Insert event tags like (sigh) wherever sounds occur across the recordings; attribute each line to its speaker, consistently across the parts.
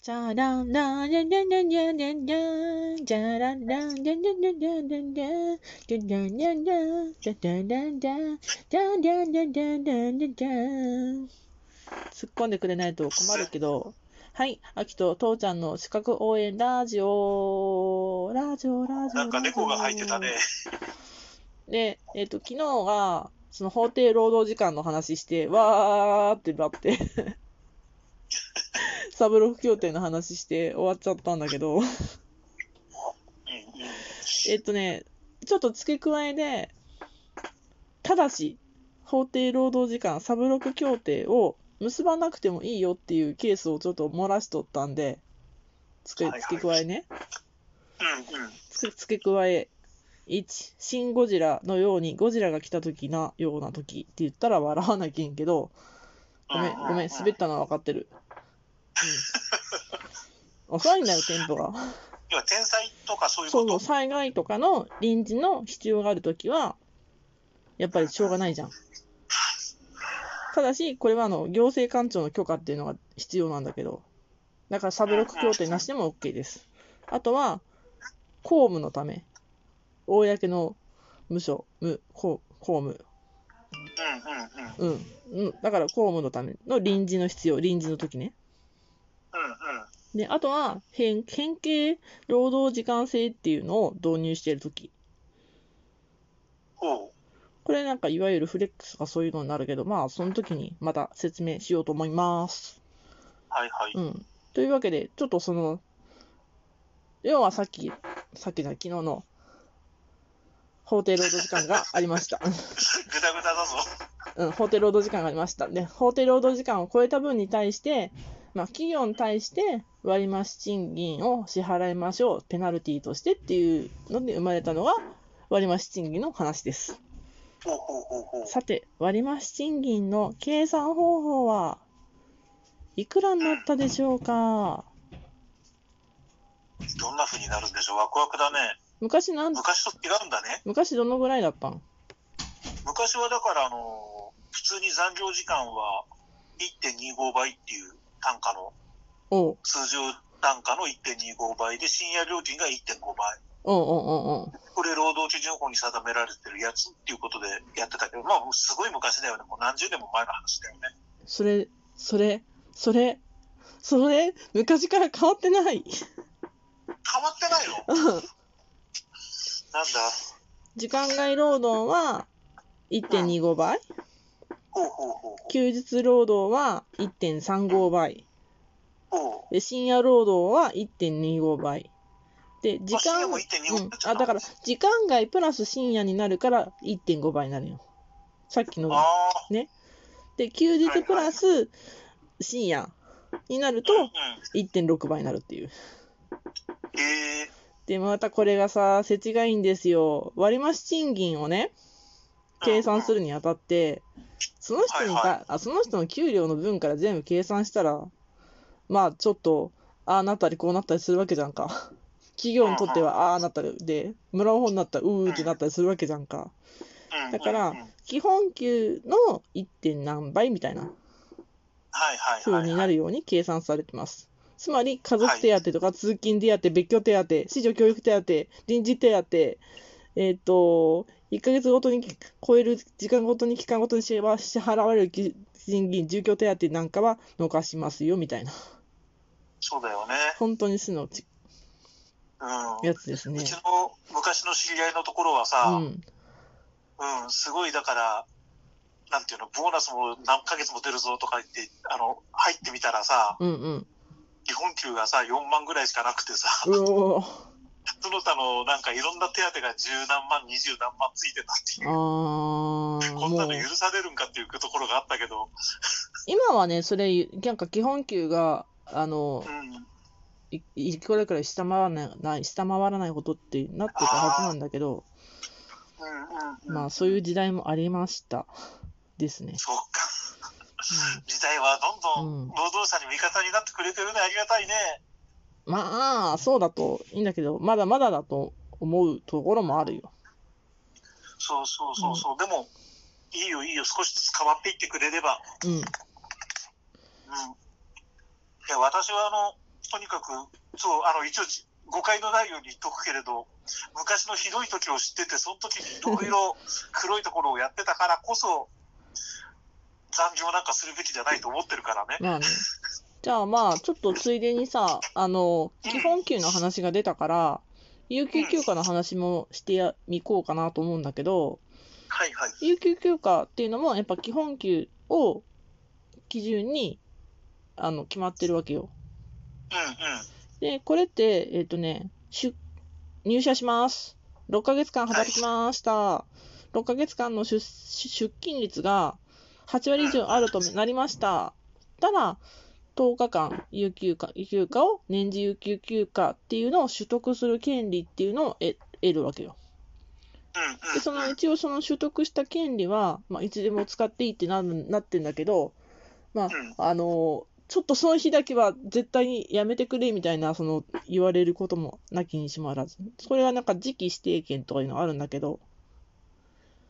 Speaker 1: チャランランランランランランランランチャランランランランランランランランチャランランランチャランランランチャランランランランランランラン突っ込んでくれないと困るけど。はい、あきと父ちゃんの資格応援ラジオ、ラジオ、ラジオ。
Speaker 2: なんか猫が入ってたね。
Speaker 1: で、えっと、昨日は、その法定労働時間の話して、わーってなって、 (laughs) サブロフ協定の話して終わっちゃったんだけど、
Speaker 2: うんうん
Speaker 1: えっとね、ちょっと付け加えで、ただし、法定労働時間サブロク協定を結ばなくてもいいよっていうケースをちょっと漏らしとったんで、付け
Speaker 2: はいはい
Speaker 1: 付け加えね。
Speaker 2: うんうん。
Speaker 1: つ付け加え1「シン・ゴジラ」のようにゴジラが来た時なような時って言ったら笑わなきゃいけんけどごめんごめん滑ったのは分かってる、 (laughs) うん、遅いんだよテンポが
Speaker 2: 要は天才とかそういう
Speaker 1: そ
Speaker 2: こ
Speaker 1: うそ
Speaker 2: と
Speaker 1: う災害とかの臨時の必要がある時はやっぱりしょうがないじゃんただしこれはあの行政官庁の許可っていうのが必要なんだけどだからサブロック協定なしでも OK ですあとは公務のため公の無所無公公務
Speaker 2: うんう
Speaker 1: う
Speaker 2: んうんうん
Speaker 1: ん、うん、だから公務のための臨時の必要臨時の時ね
Speaker 2: うん
Speaker 1: で、あとは変、変形労働時間制っていうのを導入しているとき。
Speaker 2: ほう
Speaker 1: これなんかいわゆるフレックスとかそういうのになるけど、まあその時にまた説明しようと思います。
Speaker 2: はいはい、
Speaker 1: う
Speaker 2: うん
Speaker 1: ん。というわけで、ちょっとその、要はさっき、さっきの昨日の法定労働時間がありました。 (laughs)
Speaker 2: ぐだぐだだぞ
Speaker 1: うん、法定労働時間がありました。で、法定労働時間を超えた分に対して、まあ、企業に対して割増賃金を支払いましょう、ペナルティーとしてっていうので生まれたのが割増賃金の話です。
Speaker 2: ほうほうほうほう
Speaker 1: さて、割増賃金の計算方法はいくらになったでしょうか
Speaker 2: どんな風になるんでしょうワクワクだね
Speaker 1: 昔なん、
Speaker 2: 昔と違うんだね
Speaker 1: 昔どのぐらいだったん
Speaker 2: 昔はだからあのー普通に残業時間は1.25倍っていう単価の
Speaker 1: おう、
Speaker 2: 通常単価の1.25倍で深夜料金が1.5倍
Speaker 1: おうおうおうおう。
Speaker 2: これ労働基準法に定められてるやつっていうことでやってたけどまあもうすごい昔だよねもう何十年も前の話だよね
Speaker 1: それ、それ、それ、それ、昔から変わってない。
Speaker 2: 変わってないよ
Speaker 1: うん
Speaker 2: なんだ
Speaker 1: 時間外労働は1.25倍、
Speaker 2: ほうほうほうほう
Speaker 1: 休日労働は1.35倍、
Speaker 2: ほう
Speaker 1: で深夜労働は1.25倍。で、時
Speaker 2: 深夜
Speaker 1: 間、
Speaker 2: も1.25
Speaker 1: うん、あ、だから、時間外プラス深夜になるから1.5倍になるよ。さっきのが。
Speaker 2: ああ、
Speaker 1: で、休日プラス深夜になると
Speaker 2: うんうん、
Speaker 1: 1.6倍になるっていう。
Speaker 2: ええ
Speaker 1: で、またこれがさ、世知がいいんですよ。割増賃金をね、計算するにあたって、その人にた、
Speaker 2: はい
Speaker 1: あその人の給料の分から全部計算したら、まあちょっと、ああなったりこうなったりするわけじゃんか。 (laughs) 企業にとってはああなったりで、もらう方になったらうーってなったりするわけじゃんか。
Speaker 2: うんうん
Speaker 1: だから
Speaker 2: うんうん
Speaker 1: 基本給の 1. 点何倍みたいな
Speaker 2: はいはいはい、
Speaker 1: 風
Speaker 2: はい。
Speaker 1: になるように計算されてます。つまり、家族手当とか通勤手当、別居手当、子女教育手当、臨時手当、えっ、と、1ヶ月ごとに超える時間ごとに期間ごとに支払われる賃金、住居手当なんかは逃しますよみたいな、
Speaker 2: そうだよね。
Speaker 1: 本当に素のち
Speaker 2: うん。
Speaker 1: やつです
Speaker 2: う
Speaker 1: ね
Speaker 2: ち。の昔の知り合いのところは
Speaker 1: う
Speaker 2: さ、
Speaker 1: ん、
Speaker 2: うん、すごいだから、なんていうの、ボーナスも何ヶ月も出るぞとか言って、あの、入ってみたらさ、
Speaker 1: うん、うん。
Speaker 2: 基本給がさ、4万ぐらいしかなくてさ、
Speaker 1: うおー
Speaker 2: その他のなんかいろんな手当が十何万、二十何万ついてたってい
Speaker 1: あ
Speaker 2: う。
Speaker 1: ー、
Speaker 2: こん
Speaker 1: も
Speaker 2: な
Speaker 1: う
Speaker 2: の。許されるんかっていうところがあったけど、
Speaker 1: 今はね、それ、なんか基本給が、あの
Speaker 2: う、ん、
Speaker 1: いいくらくらい下回らないない、下回らないことってなってたはずなんだけど、
Speaker 2: うん、うん、うん。
Speaker 1: まあそういう時代もありました。ですね。
Speaker 2: そうか。時代はどんど
Speaker 1: うん
Speaker 2: ん労働者に味方になってくれてるね、ありがたいね。
Speaker 1: うん、まあ、そうだといいんだけど、まだまだだと思うところもあるよ。
Speaker 2: そうそうそうそう、でも、いいよいいよ、少しずつ変わっていってくれれば。
Speaker 1: うん。
Speaker 2: うん、いや私はあの、とにかく、そう、あの、一応、誤解のないように言っとくけれど、昔のひどい時を知ってて、その時にいろい (laughs) ろ黒いところをやってたからこそ、残業なんかするべきじゃないと思ってるからね。
Speaker 1: まあね。じゃあまあ、ちょっとついでにさ、あの、
Speaker 2: うん
Speaker 1: 基本給の話が出たから、有給休暇の話もしてやみこうかなと思うんだけど、
Speaker 2: はいはい。
Speaker 1: 有給休暇っていうのも、やっぱ基本給を基準に、あの、決まってるわけよ。
Speaker 2: うんうん。
Speaker 1: で、これって、えっ、とね、出、入社します。6ヶ月間働きました。6ヶ月間の出、出勤率が8割以上あるとなりました。たら、10日間有給か、休暇を年次有給休暇っていうのを取得する権利っていうのを得得るわけよ。
Speaker 2: うんうん。
Speaker 1: で、その
Speaker 2: うん
Speaker 1: 一応その取得した権利は、まあ、いつでも使っていいってなるなってんだけど、まあ、あの、ちょっとその日だけは絶対にやめてくれみたいな、その、言われることもなきにしもあらず。それはなんか時期指定権とかいうのあるんだけど、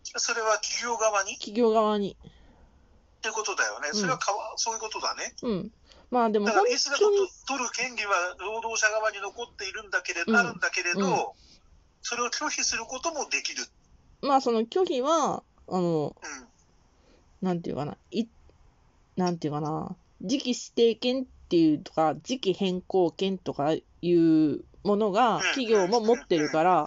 Speaker 2: それは企業側にっ
Speaker 1: 企業側に。
Speaker 2: てことだよね。それはかわ、そういうことだね。
Speaker 1: うん。まあでも
Speaker 2: だ
Speaker 1: 本
Speaker 2: から、エスが
Speaker 1: 当に、
Speaker 2: 取る権利は労働者側に残っているんだけれど、
Speaker 1: うん
Speaker 2: あるんだけれど、
Speaker 1: うん
Speaker 2: それを拒否することもできる。
Speaker 1: まあその拒否は、あの、
Speaker 2: うん。
Speaker 1: なんていうかな、い、なんていうかな、時期指定権っていうとか、時期変更権とかいうものが企業も持ってるから、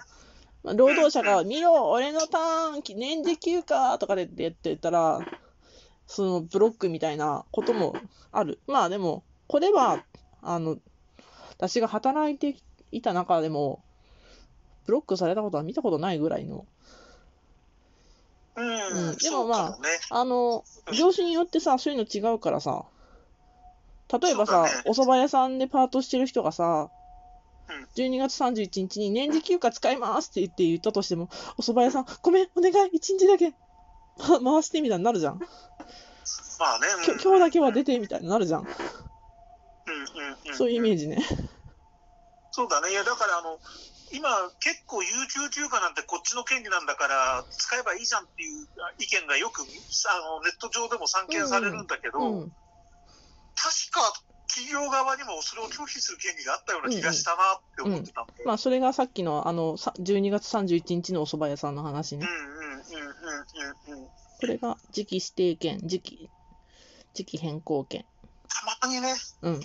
Speaker 1: まあ労働者が、見ろ、俺のターン、年次休暇とかでってやってたら、そのブロックみたいなこともある。まあでも、これは、あの、私が働いていた中でも、ブロックされたことは見たことないぐらいの、
Speaker 2: うん、
Speaker 1: うんでもまあ
Speaker 2: そうかもね、
Speaker 1: あの、業種によってさ、そういうの違うからさ、例えば
Speaker 2: そ
Speaker 1: さ、
Speaker 2: うだね
Speaker 1: お蕎麦屋さんでパートしてる人がさ
Speaker 2: うん、
Speaker 1: 12月31日に年次休暇使いますって言って言ったとしても、お蕎麦屋さん、ごめん、お願い、1日だけ、 (laughs) ま回してみたいになるじゃん。
Speaker 2: まあね、うん
Speaker 1: きょ今日だけは出てみたいになるじゃん。
Speaker 2: うんうんうん
Speaker 1: そういうイメージね。
Speaker 2: そうだね、いやだからあの、今、結構、有給休暇なんてこっちの権利なんだから、使えばいいじゃんっていう意見がよくあのネット上でも散見されるんだけど、
Speaker 1: うん。
Speaker 2: 確か企業側にもそれを拒否する権利があったような気がしたなって思ってたんで。
Speaker 1: まあ、それがさっきの、あの、さ12月31日のお蕎麦屋さんの話
Speaker 2: うん
Speaker 1: ね
Speaker 2: う。んうんうんうんうん
Speaker 1: これが時期指定権、時期、時期変更権。
Speaker 2: たまにね、
Speaker 1: うん。
Speaker 2: 明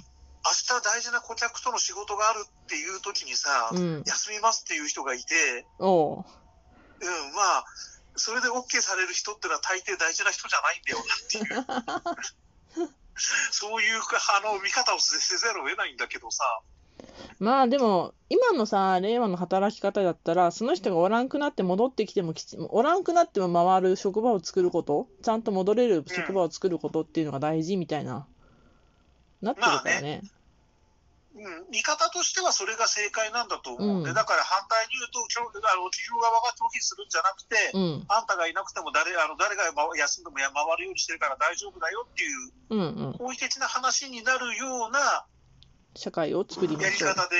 Speaker 2: 日大事な顧客との仕事があるっていう時にさ、
Speaker 1: うん。
Speaker 2: 休みますっていう人がいて、
Speaker 1: おう。
Speaker 2: うん、まあ、それで OK される人ってのは大抵大事な人じゃないんだよなっていう。そういうあの見方をせせざるを得ないんだけどさ、
Speaker 1: まあでも、今のさ、令和の働き方だったら、その人がおらんくなって戻ってきてもきち、おらんくなっても回る職場を作ること、ちゃんと戻れる職場を作ることっていうのが大事みたいな、なってるからね。
Speaker 2: うん、見方としてはそれが正解なんだと思うんで、
Speaker 1: うん
Speaker 2: だから反対に言うと、きょあの企業側が拒否するんじゃなくて、
Speaker 1: うん。
Speaker 2: あんたがいなくても誰あの誰が休んでもや回るようにしてるから大丈夫だよっていう、
Speaker 1: うんうん。
Speaker 2: 好意的な話になるような
Speaker 1: 社会を作りま
Speaker 2: やり
Speaker 1: しょう。
Speaker 2: 方で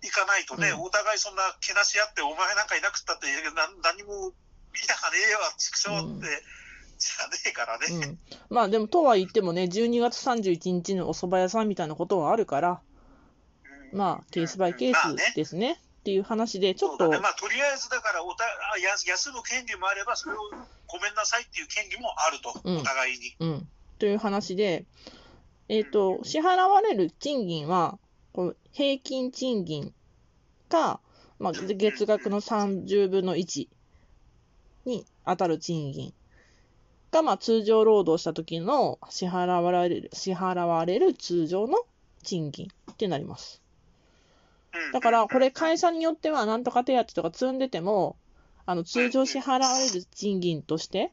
Speaker 2: いかないとね、
Speaker 1: うん
Speaker 2: お互いそんなけなし合って、お前なんかいなくったって、なん何も見たかねえわ、畜生って、
Speaker 1: うん
Speaker 2: じゃねえからね。
Speaker 1: うん。まあでも、とは言ってもね、12月31日のお蕎麦屋さんみたいなことはあるから、
Speaker 2: うん
Speaker 1: まあ、ケースバイケー
Speaker 2: まあね
Speaker 1: スですね。っていう話で、ちょっ
Speaker 2: そ
Speaker 1: と
Speaker 2: うだ、ねまあ、とりあえずだからおたあや、休む権利もあれば、それをごめんなさいっていう権利もあると、
Speaker 1: うん
Speaker 2: お互いに。
Speaker 1: うん、という話で、えっ、と、支払われる賃金は、こう平均賃金か、まあ、月額の30分の1に当たる賃金が、まあ、通常労働した時の支払われる、支払われる通常の賃金ってなります。
Speaker 2: うん
Speaker 1: だから、これ会社によっては、なんとか手当とか積んでても、あの、通常支払われる賃金として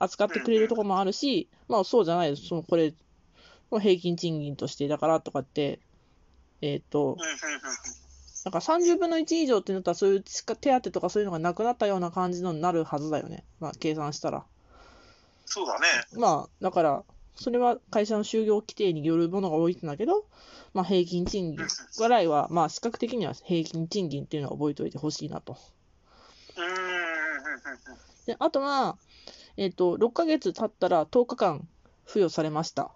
Speaker 1: 扱ってくれるとこもあるし、まあ、そうじゃないです。その、これ、もう平均賃金としてだからとかって、えっ、と
Speaker 2: う、んうんうん
Speaker 1: なんか30分の1以上ってなったら、そういうしか手当とかそういうのがなくなったような感じのになるはずだよね。まあ、計算したら。
Speaker 2: そうだね。
Speaker 1: まあ、だから、それは会社の就業規定によるものが多いんだけど、まあ、平均賃金ぐらいは、まあ、視覚的には平均賃金っていうのは覚えておいてほしいなと。
Speaker 2: うんうんうんうん
Speaker 1: で、あとは、えっ、と、6ヶ月経ったら10日間付与されました。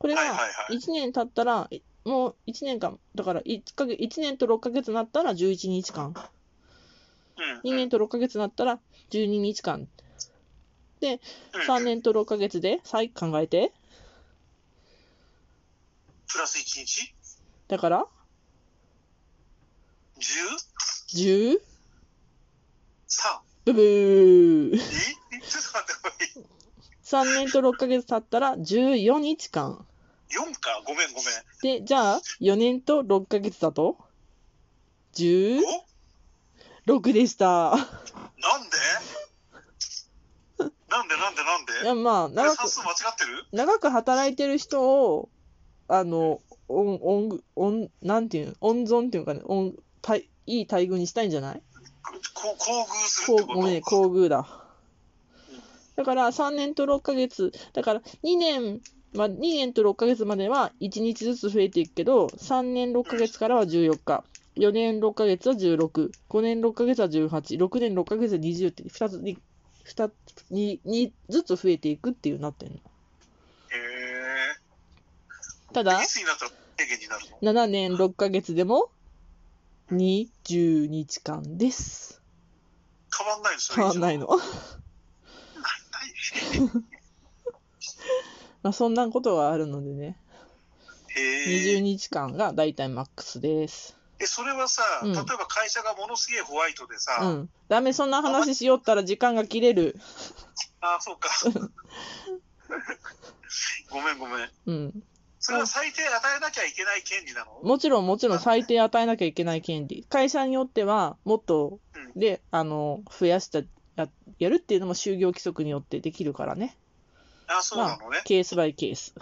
Speaker 1: これ
Speaker 2: はいはい
Speaker 1: が
Speaker 2: はい。
Speaker 1: 1年経ったら、えもう1年間、だから1か月、1年と6ヶ月になったら11日間、
Speaker 2: うん。
Speaker 1: 2年と6ヶ月になったら12日間、
Speaker 2: うん
Speaker 1: 3年と6ヶ月で、再考えて、
Speaker 2: プラス1日
Speaker 1: だから
Speaker 2: ?13?
Speaker 1: 10? ブブー
Speaker 2: えちょっと待って、
Speaker 1: 3年と6ヶ月経ったら14日間。
Speaker 2: 4かごめんごめん。
Speaker 1: で、じゃあ、4年と6ヶ月だと ?16
Speaker 2: お
Speaker 1: でした。
Speaker 2: なんでなんでなんでなんで
Speaker 1: いや、まあ、
Speaker 2: これ
Speaker 1: 長く
Speaker 2: 算、数間違ってる
Speaker 1: 長く働いてる人を、あの、オン、オン、オン、なんていうの温存っていうかね、オン、たいいい待遇にしたいんじゃない
Speaker 2: こう、厚遇す
Speaker 1: こ
Speaker 2: るっ
Speaker 1: う
Speaker 2: てこ
Speaker 1: ご
Speaker 2: と
Speaker 1: めんね、
Speaker 2: う
Speaker 1: 厚遇だ。だから3年と6ヶ月、だから2年、まあ、2年と6ヶ月までは1日ずつ増えていくけど、3年6ヶ月からは14日、4年6ヶ月は16、5年6ヶ月は18、6年6ヶ月は20って2つに、2つに、にずつ増えていくっていうなってんの。
Speaker 2: へ
Speaker 1: た
Speaker 2: え
Speaker 1: だ
Speaker 2: い、つになったら制限になるの
Speaker 1: 7年6ヶ月でも20日間です。
Speaker 2: 変わんないのそれ
Speaker 1: 変わんない
Speaker 2: の。
Speaker 1: の。 (laughs) まあそんなことがあるのでね、
Speaker 2: へ
Speaker 1: 20
Speaker 2: え。
Speaker 1: 日間がだいたいマックスです。
Speaker 2: え、それはさ、
Speaker 1: うん
Speaker 2: 例えば会社がものすげえホワイトでさ、
Speaker 1: うん。ダメ、そんな話しよったら時間が切れる。
Speaker 2: ああ、そう
Speaker 1: (laughs)
Speaker 2: か。ごめんごめん。
Speaker 1: うん。
Speaker 2: それは最低与えなきゃいけない権利なの
Speaker 1: もちろん、もちろん、最低与えなきゃいけない権利。会社によっては、もっと、
Speaker 2: うん
Speaker 1: で、あの、増やした、ややるっていうのも就業規則によってできるからね。
Speaker 2: ああ、そうなのね。
Speaker 1: ケースバイケース。